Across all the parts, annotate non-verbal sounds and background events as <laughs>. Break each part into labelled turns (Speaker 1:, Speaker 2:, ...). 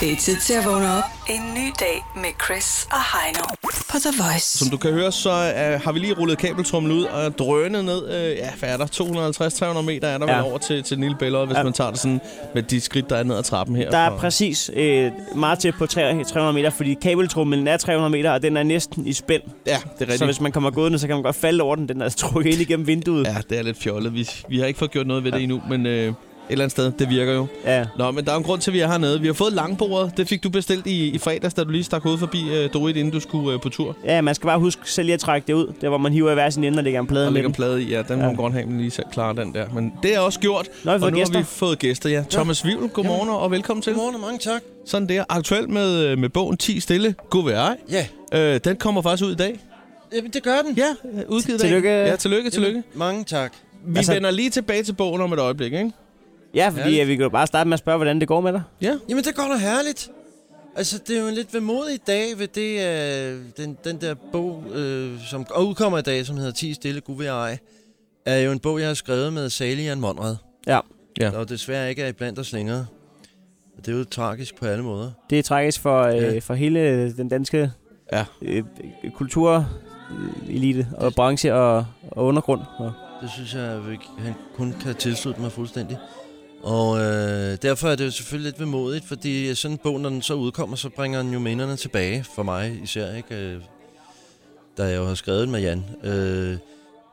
Speaker 1: Det er tid til at vågne op. En ny dag med Chris og Heino på The Voice.
Speaker 2: Som du kan høre, så øh, har vi lige rullet kabeltrummen ud og drønet ned. Øh, ja, hvad er der? 250-300 meter er der ja.
Speaker 3: Ja.
Speaker 2: vel over til, til den lille bælger, hvis ja.
Speaker 3: Ja.
Speaker 2: man tager det sådan med de skridt, der er ned ad trappen her.
Speaker 3: Der er
Speaker 2: fra-
Speaker 3: præcis øh, meget tæt på tre- 300 meter, fordi kabeltrummelen er 300 meter, og den er næsten i spænd.
Speaker 2: Ja, det er
Speaker 3: Så
Speaker 2: rigtigt.
Speaker 3: hvis man kommer gående, så kan man godt falde over den. Den er trukket ind igennem vinduet.
Speaker 2: Ja, det er lidt fjollet. Vi, vi har ikke fået gjort noget ved det endnu, men øh, et eller andet sted, det virker jo.
Speaker 3: ja.
Speaker 2: Nå, men der er en grund til, at vi er hernede. Vi har fået langbordet. Det fik du bestilt i, i fredags, da du lige stak hovedet forbi øh, Dorit, inden du skulle øh, på tur.
Speaker 3: Ja, man skal bare huske selv lige at trække det ud. Der, hvor man hiver i hver sin ende og lægger en plade
Speaker 2: Der
Speaker 3: med
Speaker 2: ligger
Speaker 3: dem.
Speaker 2: en plade i, ja. Den må
Speaker 3: Ja.
Speaker 2: man godt have, men lige selv klare den der. Men det er også gjort.
Speaker 3: Nå, vi har
Speaker 2: og
Speaker 3: fået
Speaker 2: nu
Speaker 3: gæster.
Speaker 2: har vi fået gæster, ja. Thomas Vivl, godmorgen og velkommen til.
Speaker 4: Godmorgen og mange tak.
Speaker 2: Sådan der. Aktuelt med, øh, med bogen 10 stille. God være ej.
Speaker 4: Ja,
Speaker 2: Øh, den kommer faktisk ud i dag.
Speaker 4: jamen, det gør den.
Speaker 2: Ja, øh, udgivet i dag.
Speaker 3: Tillykke.
Speaker 2: Ja, tillykke, tillykke.
Speaker 4: Jamen, mange tak.
Speaker 2: Vi altså,
Speaker 3: Altså-
Speaker 2: vender lige tilbage til bogen om et øjeblik, ikke?
Speaker 3: Ja, fordi
Speaker 4: Ærligt.
Speaker 3: ja, vi kan jo bare starte med at spørge, hvordan det går med dig.
Speaker 2: Ja.
Speaker 4: Jamen, det går da herligt. Altså, det er jo en lidt vemodig dag ved det, øh, den, den der bog, øh, som udkommer i dag, som hedder 10 stille gud ved ej, er jo en bog, jeg har skrevet med Salian Monrad,
Speaker 3: Ja,
Speaker 2: Ja.
Speaker 4: der jo desværre ikke er iblandt os længere. Og det er jo tragisk på alle måder.
Speaker 3: det er tragisk for, øh,
Speaker 4: Ja.
Speaker 3: for hele den danske
Speaker 2: Ja.
Speaker 3: øh, kultur øh, elite og branche og, og undergrund. Og,
Speaker 4: Det synes jeg, at vi- han kun kan tilslutte mig fuldstændig. Og øh, derfor er det jo selvfølgelig lidt vemodigt, fordi sådan en bog, når den så udkommer, så bringer den jo minderne tilbage for mig især, ikke? Øh, da jeg jo har skrevet den med Jan. Øh,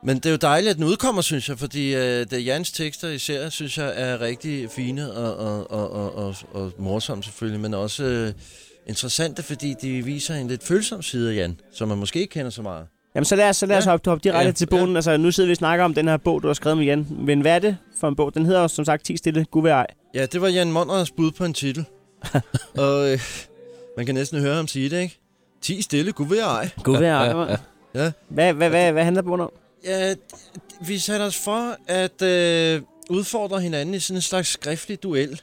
Speaker 4: men det er jo dejligt, at den udkommer, synes jeg, fordi øh, det Jans tekster især, synes jeg, er rigtig fine og, og, og, og, og, og morsomme selvfølgelig, men også øh, interessante, fordi de viser en lidt følsom side af Jan, som man måske ikke kender så meget.
Speaker 3: Jamen, så lad os, så lad os
Speaker 4: Ja.
Speaker 3: hoppe, hoppe direkte
Speaker 2: Ja,
Speaker 3: ja. til bogen. Ja. Altså, nu sidder vi og snakker om den her bog, du har skrevet med Jan. Men hvad er det for en bog? Den hedder jo som sagt 10 stille, gud ved ej.
Speaker 4: Ja, det var Jan Monders bud på en <laughs> titel. og øh, man kan næsten høre ham sige det, ikke? 10 stille, gud ved ej.
Speaker 3: Gud ved ej, mand.
Speaker 4: Ja.
Speaker 3: Hvad, hvad, hvad, hvad handler bogen om?
Speaker 4: Ja, d- d- vi satte os for at øh, udfordre hinanden i sådan en slags skriftlig duel. <laughs>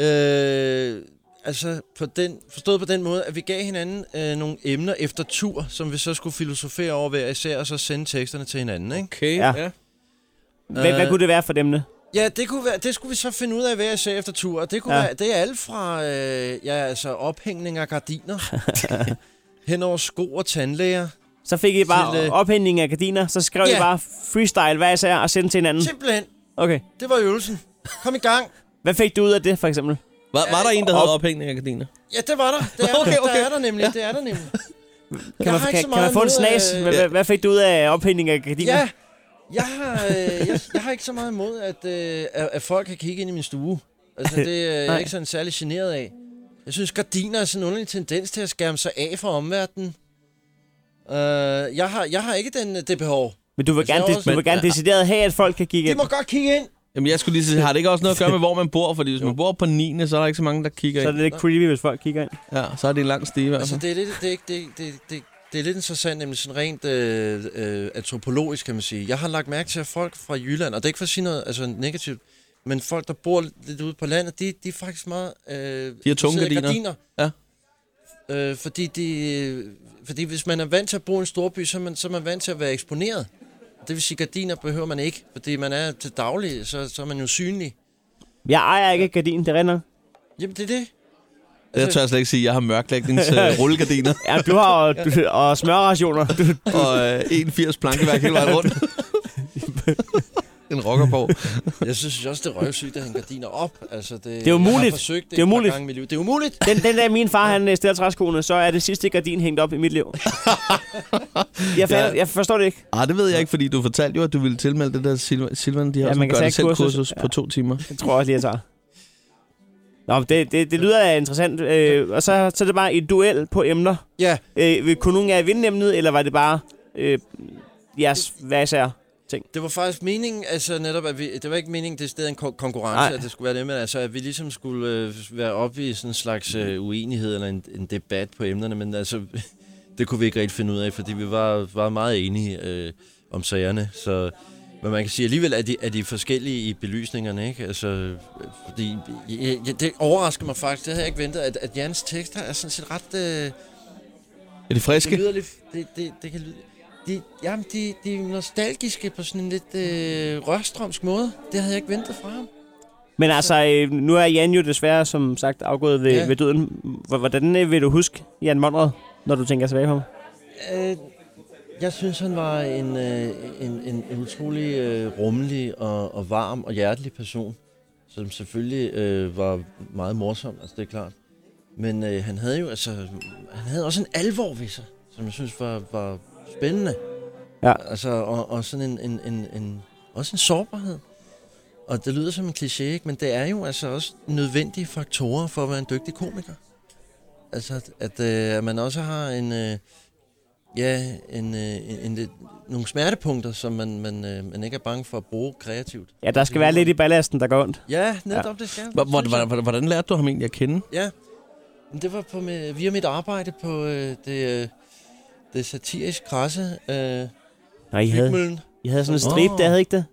Speaker 4: øh, altså, på den, forstået på den måde, at vi gav hinanden øh, nogle emner efter tur, som vi så skulle filosofere over hver især, og så sende teksterne til hinanden, ikke?
Speaker 2: Okay,
Speaker 3: Ja.
Speaker 2: ja.
Speaker 3: Hvad,
Speaker 4: Øh.
Speaker 3: hvad kunne det være for dem nu?
Speaker 4: Ja, det, kunne være, det skulle vi så finde ud af hver især efter tur. Og det, kunne
Speaker 3: Ja.
Speaker 4: ja. være, det er alt fra øh, ja, altså ophængning af
Speaker 3: <laughs>
Speaker 4: gardiner, hen over sko og tandlæger.
Speaker 3: Så fik I bare
Speaker 4: Til,
Speaker 3: til,
Speaker 4: øh,
Speaker 3: ophængning af gardiner, så skrev
Speaker 4: Ja.
Speaker 3: I bare freestyle hver især og sendte til hinanden.
Speaker 4: Simpelthen,
Speaker 3: Okay.
Speaker 4: det var øvelsen. Kom i gang.
Speaker 3: Hvad fik du ud af det, for eksempel?
Speaker 2: Var, var der en, der havde ophængning af gardiner?
Speaker 4: Ja, det var der.
Speaker 3: <laughs>
Speaker 4: Det er,
Speaker 2: Okay,
Speaker 4: okay, okay.
Speaker 2: okay.
Speaker 4: Der er der nemlig. Ja. Det er der nemlig.
Speaker 3: Kan, man,
Speaker 4: har ikke
Speaker 3: kan,
Speaker 4: så
Speaker 3: kan man
Speaker 4: meget
Speaker 3: få en
Speaker 4: imod,
Speaker 3: snas?
Speaker 4: øh,
Speaker 3: Hvad, hvad, hvad fik du ud af ophængning af gardiner?
Speaker 4: Ja, jeg har, øh, jeg, jeg har ikke så meget imod, at, øh, at, at folk kan kigge ind i min stue. Altså, det er
Speaker 3: Nej.
Speaker 4: jeg ikke sådan særlig generet af. Jeg synes, gardiner er sådan en underlig tendens til at skærme sig af for omverdenen. Uh, jeg, har, jeg har ikke den, øh, det behov.
Speaker 3: Men du vil
Speaker 4: Altså,
Speaker 3: gerne,
Speaker 4: jeg er
Speaker 3: des-
Speaker 4: også-
Speaker 3: du vil gerne decideret have, at folk kan kigge
Speaker 4: De
Speaker 3: ind.
Speaker 4: må godt kigge ind.
Speaker 2: Jamen, jeg skulle lige sige, har det ikke også noget at
Speaker 3: <laughs>
Speaker 2: gøre med, hvor man bor? Fordi hvis man bor på 9. så er der ikke så mange, der kigger
Speaker 3: Så er
Speaker 2: ind.
Speaker 3: det lidt creepy, hvis folk kigger ind.
Speaker 2: Ja, så er det en lang stige i hvert
Speaker 4: Altså,
Speaker 2: fald.
Speaker 4: det er lidt, det er ikke, det, det, det, det er lidt interessant, nemlig sådan rent øh, øh, antropologisk, kan man sige. Jeg har lagt mærke til, at folk fra Jylland, og det er ikke for at sige noget altså, negativt, men folk, der bor lidt ude på landet, de, de er faktisk meget... Øh, de
Speaker 2: har tunge gardiner.
Speaker 4: gardiner. Øh, fordi, de, øh, fordi hvis man er vant til at bo i en storby, så er, man, så er man vant til at være eksponeret. Det vil sige, gardiner behøver man ikke, fordi man er til daglig, så, så er man jo synlig.
Speaker 3: Jeg ejer ikke gardinen, det render.
Speaker 4: Jamen, det er det.
Speaker 3: altså-
Speaker 2: Det tør jeg slet ikke sige. Jeg har mørklægnings
Speaker 3: <laughs>
Speaker 2: øh, rullegardiner
Speaker 3: Ja, du har
Speaker 4: <laughs>
Speaker 3: og, du, og smørrationer. Du,
Speaker 2: og øh, 81 plankeværk hele vejen
Speaker 3: <laughs>
Speaker 2: rundt. en rockerborg.
Speaker 4: Jeg synes også, det er røvsygt at hænge gardiner op. Altså, det, det
Speaker 3: er umuligt.
Speaker 4: Jeg har forsøgt det,
Speaker 3: Det er
Speaker 4: et par
Speaker 3: umuligt.
Speaker 4: gange i mit liv. Det er umuligt.
Speaker 3: Den, den dag min far han øh, stiller træskoene, så er det sidste gardin hængt op i mit liv. jeg, fatter,
Speaker 2: Ja.
Speaker 3: jeg forstår det ikke.
Speaker 2: Ah, det ved jeg ikke, fordi du fortalte jo, at du ville tilmelde det der Silvan, Silvan de har
Speaker 3: Ja,
Speaker 2: ja, sådan
Speaker 3: man kan
Speaker 2: gør
Speaker 3: tage
Speaker 2: det
Speaker 3: et
Speaker 2: selv kursus,
Speaker 3: kursus.
Speaker 2: kursus ja. på to timer.
Speaker 3: Det tror jeg også lige, jeg tager. Nå, men det, det, det lyder da interessant. Øh, og så, så er det bare et duel på emner.
Speaker 4: Ja,
Speaker 3: Øh, vil- kunne nogen af jer vinde emnet, eller var det bare øh, jeres hvad især?
Speaker 4: det var faktisk meningen, altså netop, at vi, det var ikke meningen, det er stadig en kon- konkurrence,
Speaker 3: Nej.
Speaker 4: Nej. at det skulle være det, men altså, at vi ligesom skulle øh, være oppe i sådan en slags øh, uenighed eller en, en debat på emnerne, men altså, <laughs> det kunne vi ikke rigtig finde ud af, fordi vi var, var meget enige øh, om sagerne, så... Men man kan sige, alligevel er de, er de forskellige i belysningerne, ikke? Altså, øh, fordi, jeg, jeg, det overrasker mig faktisk, det havde jeg ikke ventet, at, at Jans tekster er sådan set ret... Øh,
Speaker 2: Er det friske?
Speaker 4: Det lyder lidt... Det, det, det kan lyde... De, jamen, de, de er nostalgiske på sådan en lidt øh, rørstrømsk måde. Det havde jeg ikke ventet fra ham.
Speaker 3: Men altså, øh, nu er Jan jo desværre, som sagt, afgået ved,
Speaker 4: Ja.
Speaker 3: ja. ved døden. H- Hvordan øh, vil du huske Jan Monrad, når du tænker tilbage på ham?
Speaker 4: Øh, jeg synes, han var en, øh, en, en, en utrolig øh, rummelig og, og varm og hjertelig person, som selvfølgelig øh, var meget morsom, altså det er klart. Men øh, han havde jo altså, han havde også en alvor ved sig, som jeg synes var, var spændende.
Speaker 3: Ja.
Speaker 4: Altså, og, og sådan en, en, en, en, også en sårbarhed. Og det lyder som en kliché, ikke? men det er jo altså også nødvendige faktorer for at være en dygtig komiker. Altså, at, at, øh, at man også har en, øh, Ja, en, øh, en, en, lidt- nogle smertepunkter, som man, man, øh, man ikke er bange for at bruge kreativt.
Speaker 3: Ja, der skal være lidt i ballasten, der går ondt.
Speaker 4: Ja, netop ja. det skal.
Speaker 2: Hvor- hvor- hvor- Hvordan lærte du ham egentlig at kende?
Speaker 4: Ja, Men det var på med, via mit arbejde på øh, det, øh, det satirisk krasse øh,
Speaker 3: Nå, I havde,
Speaker 4: Hygmøllen.
Speaker 3: I havde sådan en
Speaker 4: Åh.
Speaker 3: strip, der havde I ikke det?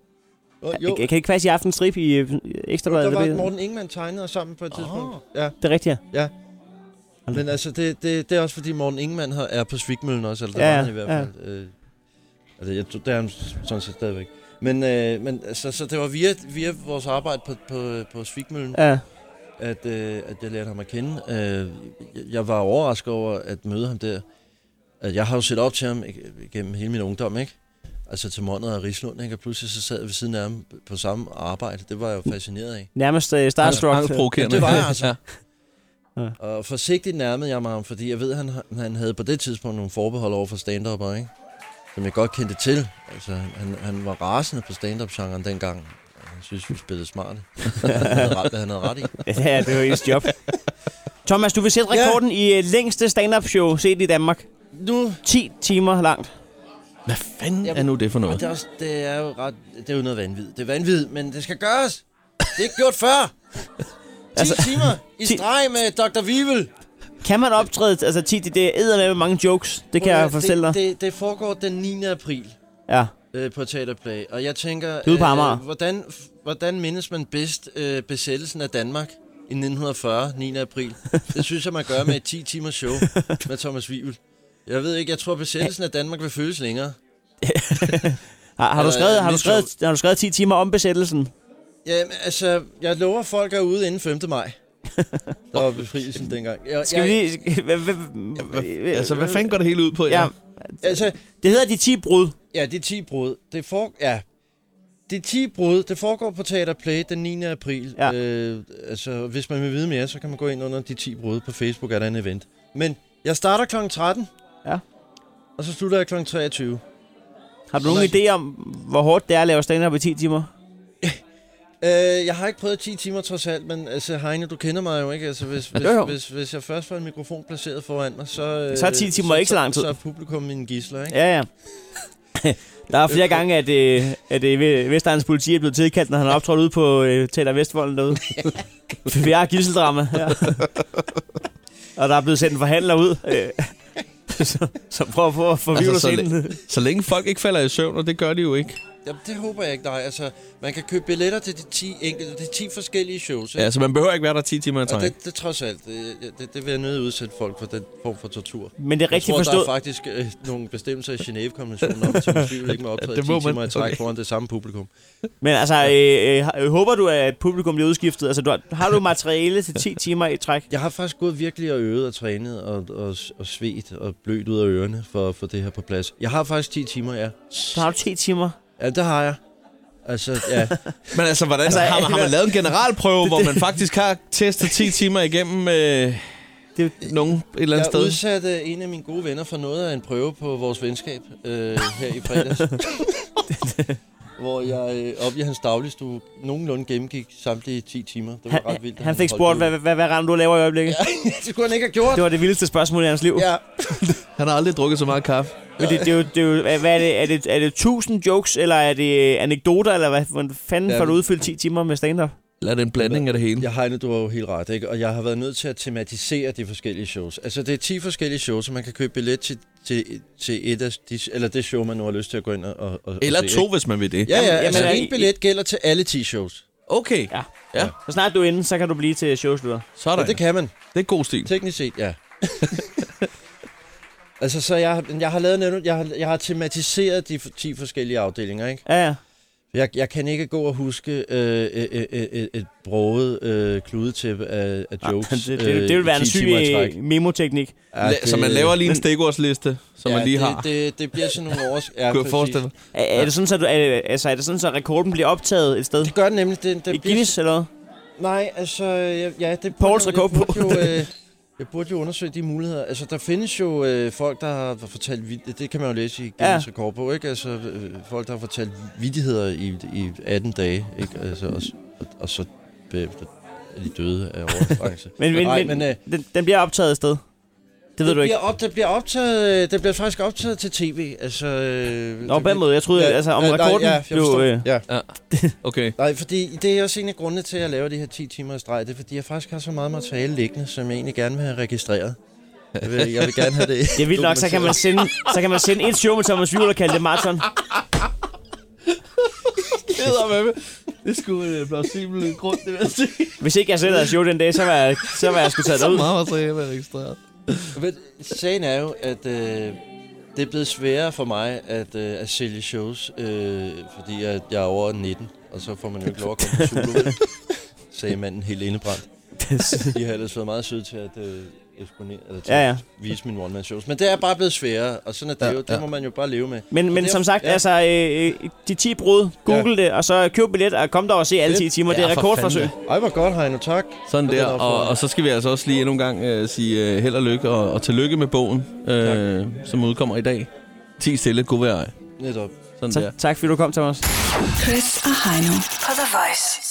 Speaker 4: Oh,
Speaker 3: Jo. Kan ikke faktisk i aften strip i øh, ekstrabladet?
Speaker 4: der
Speaker 3: eller
Speaker 4: var
Speaker 3: hvad?
Speaker 4: Morten Ingemann tegnet os sammen på et
Speaker 2: Ah.
Speaker 4: tidspunkt. Ja,
Speaker 3: Det er rigtigt,
Speaker 4: Ja.
Speaker 3: Hold
Speaker 4: men
Speaker 3: da-
Speaker 4: altså, det, det, det er også fordi Morten Ingemann har, er på Svigmøllen også, eller det
Speaker 3: Ja,
Speaker 4: var
Speaker 3: ja,
Speaker 4: han i hvert
Speaker 3: ja.
Speaker 4: fald. Øh, altså, jeg, tror- det er han sådan set stadigvæk. Men, øh, men altså, så det var via, via vores arbejde på, på, på Svigmøllen,
Speaker 3: Ja.
Speaker 4: at, øh, at jeg lærte ham at kende. Øh, jeg- jeg var overrasket over at møde ham der. At jeg har jo set op til ham ig- gennem hele min ungdom, ikke? Altså til Mondet og Rislund, ikke? Og pludselig så sad jeg ved siden af ham på samme arbejde. Det var jeg jo fascineret af.
Speaker 3: Nærmest uh, Starstruck.
Speaker 2: Angst- angstprovokerende.
Speaker 4: Ja, det var jeg altså.
Speaker 2: Ja.
Speaker 4: Og forsigtigt nærmede jeg mig ham, fordi jeg ved, at han, har- han havde på det tidspunkt nogle forbehold over for stand ikke? Som jeg godt kendte til. Altså, han, han var rasende på stand-up-genren dengang. Han synes, vi spillede smarte. <laughs> han havde ret, hvad han havde ret i.
Speaker 3: <laughs> ja, det var ens job. Thomas, du vil sætte
Speaker 4: Ja.
Speaker 3: rekorden i uh, længste stand-up show set i Danmark.
Speaker 4: Nu
Speaker 3: 10 timer langt.
Speaker 2: Hvad fanden
Speaker 4: Jamen,
Speaker 2: er nu det for
Speaker 4: Og
Speaker 2: noget?
Speaker 4: det er, også, det er jo ret, det er jo noget vanvittigt. Det er vanvittigt, men det skal gøres. Det er ikke gjort
Speaker 3: <laughs>
Speaker 4: før. 10 altså, timer i
Speaker 3: ti-
Speaker 4: streg med Dr. Vivel.
Speaker 3: Kan man optræde, altså 10, det det er med mange jokes, det kan jeg fortælle dig.
Speaker 4: det, det, det foregår den 9. april
Speaker 3: Ja,
Speaker 4: øh, på Teaterplay, og jeg tænker, øh,
Speaker 3: er ude på Amager.
Speaker 4: hvordan, hvordan mindes man bedst øh, besættelsen af Danmark i 1940, 9. april? Det synes jeg, man gør med et 10 timers show
Speaker 3: <laughs>
Speaker 4: med Thomas Vivel. Jeg ved ikke, jeg tror, besættelsen af Danmark vil føles længere.
Speaker 3: har, har, du
Speaker 4: Eller,
Speaker 3: skrevet,
Speaker 4: øh,
Speaker 3: har, du
Speaker 4: mit
Speaker 3: skrevet, har du skrevet 10 timer om besættelsen?
Speaker 4: Jamen, altså, jeg lover folk er ude inden 5.
Speaker 3: <laughs>
Speaker 4: maj. Der var befrielsen dengang. Jeg,
Speaker 3: Skal vi
Speaker 4: jeg,
Speaker 3: lige... <laughs> hva- hva-
Speaker 2: Altså, hvad fanden går det hele ud på?
Speaker 3: Ja,
Speaker 4: Altså,
Speaker 3: det hedder de 10 brud.
Speaker 4: ja, de 10 brud, det for, ja, de 10 brud, det foregår på Teater Play den 9. april.
Speaker 3: Ja.
Speaker 4: Øh, altså, hvis man vil vide mere, så kan man gå ind under de 10 brud på Facebook, er der en event. Men jeg starter kl. 13.
Speaker 3: Ja.
Speaker 4: Og så slutter jeg kl. 23.
Speaker 3: Har du nogen idé om, hvor hårdt det er at lave stand-up i 10 timer?
Speaker 4: Øh, jeg har ikke prøvet 10 timer trods alt, men altså, Heine, du kender mig jo ikke. Altså, hvis, hvis,
Speaker 3: Jo, jo.
Speaker 4: Hvis, hvis jeg først får en mikrofon placeret foran mig, så... Øh,
Speaker 3: Så er 10 timer ikke så lang tid.
Speaker 4: Så er publikum mine gisler, ikke?
Speaker 3: Ja, ja. <laughs> Der er flere gange, at, øh, at øh, Vestegns politi er blevet tilkaldt, når han har optrådt ude på øh, Teater Vestvolden
Speaker 4: <laughs>
Speaker 3: derude. Vi har gisseldrama. Ja. <laughs> Og der er blevet sendt en forhandler ud, øh, <laughs> som, som prøver på at forvirre
Speaker 2: Altså,
Speaker 3: altså,
Speaker 2: så
Speaker 3: scenen.
Speaker 2: Så længe folk ikke falder i søvn, og det gør de jo ikke.
Speaker 4: Jamen, det håber jeg ikke, nej. Altså, man kan købe billetter til de 10, enkelte, de 10 forskellige shows, ikke?
Speaker 2: Ja, så man behøver ikke være der 10 timer i
Speaker 4: Og
Speaker 2: træk.
Speaker 4: det, det trods alt, det, det, det vil jeg nødt udsætte folk for den form for tortur.
Speaker 3: Men det er
Speaker 4: Jeg
Speaker 3: rigtigt
Speaker 4: tror, der
Speaker 3: forstået.
Speaker 4: er faktisk øh, nogle bestemmelser i Genève-konventionen om, at
Speaker 3: <laughs>
Speaker 4: Thomas Vivel ikke må optræde
Speaker 2: Det må
Speaker 4: 10 timer
Speaker 2: man.
Speaker 4: i træk
Speaker 2: Okay.
Speaker 4: foran det samme publikum.
Speaker 3: Men altså, øh, øh, øh, håber du, at publikum bliver udskiftet? Altså, du har, har du materiale til
Speaker 4: <laughs>
Speaker 3: 10 timer i træk?
Speaker 4: Jeg har faktisk gået virkelig og øvet og trænet og, og, og svedt og blødt ud af ørerne for at få det her på plads. Jeg har faktisk 10 timer, ja.
Speaker 3: Så har du 10 timer.
Speaker 4: Ja, det har jeg. Altså,
Speaker 3: <laughs>
Speaker 4: ja.
Speaker 2: Men altså, hvordan, altså
Speaker 3: Altså,
Speaker 2: har, man, har man
Speaker 3: hvad-
Speaker 2: lavet en generalprøve, hvor man faktisk har testet 10 timer igennem øh,
Speaker 3: Det,
Speaker 2: nogen et eller andet
Speaker 4: Jeg
Speaker 2: sted?
Speaker 4: udsatte en af mine gode venner for noget af en prøve på vores venskab øh, her i
Speaker 3: <laughs>
Speaker 4: fredags. hvor jeg øh, op i hans dagligstue nogenlunde gennemgik samtlige 10 timer. Det var ret vildt.
Speaker 3: han,
Speaker 4: at
Speaker 3: han fik
Speaker 4: holdt
Speaker 3: spurgt,
Speaker 4: ud.
Speaker 3: hvad, hvad, hvad render du laver i øjeblikket?
Speaker 4: det kunne han ikke have gjort.
Speaker 3: Det var det vildeste spørgsmål i hans liv.
Speaker 4: Ja.
Speaker 2: Han har aldrig drukket så meget kaffe.
Speaker 3: Men det, det, er jo, det er jo, hvad- hvad er det, er det, er det 1000 jokes, eller er det øh, anekdoter, eller hvad hvordan fanden
Speaker 4: Ja,
Speaker 3: får du
Speaker 4: men-
Speaker 3: udfyldt 10 timer med stand-up?
Speaker 2: Eller er det en blanding af det
Speaker 3: Mm.
Speaker 2: hele?
Speaker 4: Jeg Heine, du har jo helt ret, ikke? Og jeg har været nødt til at tematisere de forskellige shows. Altså, det er 10 forskellige shows, så man kan købe billet til, til, til et af de, eller det show, man nu har lyst til at gå ind og, og- og
Speaker 2: Eller
Speaker 4: og se,
Speaker 2: to,
Speaker 4: ikke?
Speaker 2: hvis man vil det.
Speaker 4: Ja, ja,
Speaker 3: Jamen,
Speaker 4: altså,
Speaker 3: jamen,
Speaker 4: en
Speaker 3: i-
Speaker 4: billet gælder til alle 10 shows.
Speaker 2: Okay,
Speaker 3: Ja.
Speaker 2: Ja.
Speaker 3: Så snart du er inde, så kan du blive til showslutter.
Speaker 2: sådan.
Speaker 4: Og det kan man.
Speaker 2: det er god stil.
Speaker 4: Teknisk set,
Speaker 3: <laughs>
Speaker 4: ja. altså, så jeg, jeg har lavet netop, jeg har, jeg har tematiseret de f- 10 forskellige afdelinger, ikke?
Speaker 3: Ja, ja.
Speaker 4: Jeg, jeg kan ikke gå og huske øh, øh, øh, øh, et, et broget øh, kludetæppe af, af jokes.
Speaker 3: Ah, det,
Speaker 4: øh,
Speaker 3: det, det, det vil være en syg memoteknik.
Speaker 2: Ja, det, så man laver lige en stikordsliste, som ja, man lige
Speaker 4: det,
Speaker 2: har. Det,
Speaker 4: Det, det bliver sådan
Speaker 3: <laughs>
Speaker 4: nogle års... Ja,
Speaker 2: det, Kunne jeg
Speaker 4: præcis.
Speaker 2: forestille mig?
Speaker 3: Er, er, det sådan, så du, er, altså, er det sådan, så rekorden bliver optaget et sted?
Speaker 4: Det gør den nemlig. Det, det
Speaker 3: I Guinness eller hvad?
Speaker 4: Nej, altså... Ja, ja det
Speaker 3: Pauls
Speaker 4: jeg-
Speaker 3: rekord
Speaker 4: jeg
Speaker 3: på.
Speaker 4: burde
Speaker 3: <laughs>
Speaker 4: Jo, øh, jeg burde jo undersøge de muligheder. Altså, der findes jo øh, folk, der har fortalt... vid- Det kan man jo læse i Guinness ja. rekord på, ikke? Altså, øh, folk, der har fortalt vidtigheder i, i 18 dage, ikke? Altså, og, s- og, og så bagefter er de døde af overraskelse.
Speaker 3: <laughs> Men, men,
Speaker 4: Nej,
Speaker 3: men,
Speaker 4: men, øh,
Speaker 3: den, den bliver optaget et sted. Det ved
Speaker 4: det
Speaker 3: du ikke.
Speaker 4: bliver Op, det, bliver optaget, øh, det bliver faktisk optaget til tv. Altså, øh,
Speaker 3: Nå, på den måde. Jeg troede, altså, om rekorden
Speaker 4: nej, ja,
Speaker 3: blev... Øh,
Speaker 4: ja.
Speaker 2: <laughs> Okay.
Speaker 4: Nej, fordi det er også en af grundene til, at jeg laver de her 10 timer i streg. Det er, fordi jeg faktisk har så meget materiale liggende, som jeg egentlig gerne vil have registreret. Jeg vil, jeg vil gerne have det.
Speaker 3: <laughs> det er vildt nok, så kan man sende, så kan man sende et show med Thomas Juhl og kalde det maraton.
Speaker 2: Det er sgu en plausibel grund, det vil jeg sige.
Speaker 3: Hvis ikke jeg selv havde show den dag, så var jeg, så var jeg skulle tage
Speaker 2: Så
Speaker 3: derud.
Speaker 2: meget materiale er registreret.
Speaker 4: Men sagen er jo, at øh, det er blevet sværere for mig at, øh, at sælge shows, øh, fordi jeg, jeg er over 19, og så får man jo ikke lov at komme på solo,
Speaker 3: <laughs>
Speaker 4: vel? sagde manden helt indebrændt. De har ellers været meget søde til at øh, eksponere, eller til
Speaker 3: Ja,
Speaker 4: ja, ja.
Speaker 3: ja.
Speaker 4: at vise mine one-man-shows. Men det er bare blevet sværere, og sådan er det
Speaker 2: Ja,
Speaker 4: ja, jo. Det
Speaker 2: ja.
Speaker 4: ja. må man jo bare leve med.
Speaker 3: Men, men
Speaker 4: det er-
Speaker 3: som sagt,
Speaker 4: ja.
Speaker 3: altså, øh, øh, de 10 brud, google det, og så køb billet og kom der og se alle
Speaker 4: Fedt.
Speaker 3: 10 timer. Det
Speaker 2: Ja,
Speaker 3: er
Speaker 2: for
Speaker 3: rekordforsøg.
Speaker 4: Ej, hvor godt, Heino. Tak.
Speaker 2: Sådan
Speaker 4: For
Speaker 2: der,
Speaker 4: den
Speaker 2: og,
Speaker 4: opfordring.
Speaker 2: og så skal vi altså også lige endnu en gang øh, sige øh, held og lykke, og, og tillykke med bogen, øh, som udkommer i dag. 10 stille, god vejr.
Speaker 4: Netop.
Speaker 2: Sådan der.
Speaker 3: Tak, tak fordi du kom, Thomas.
Speaker 1: Chris og Heino på The Voice.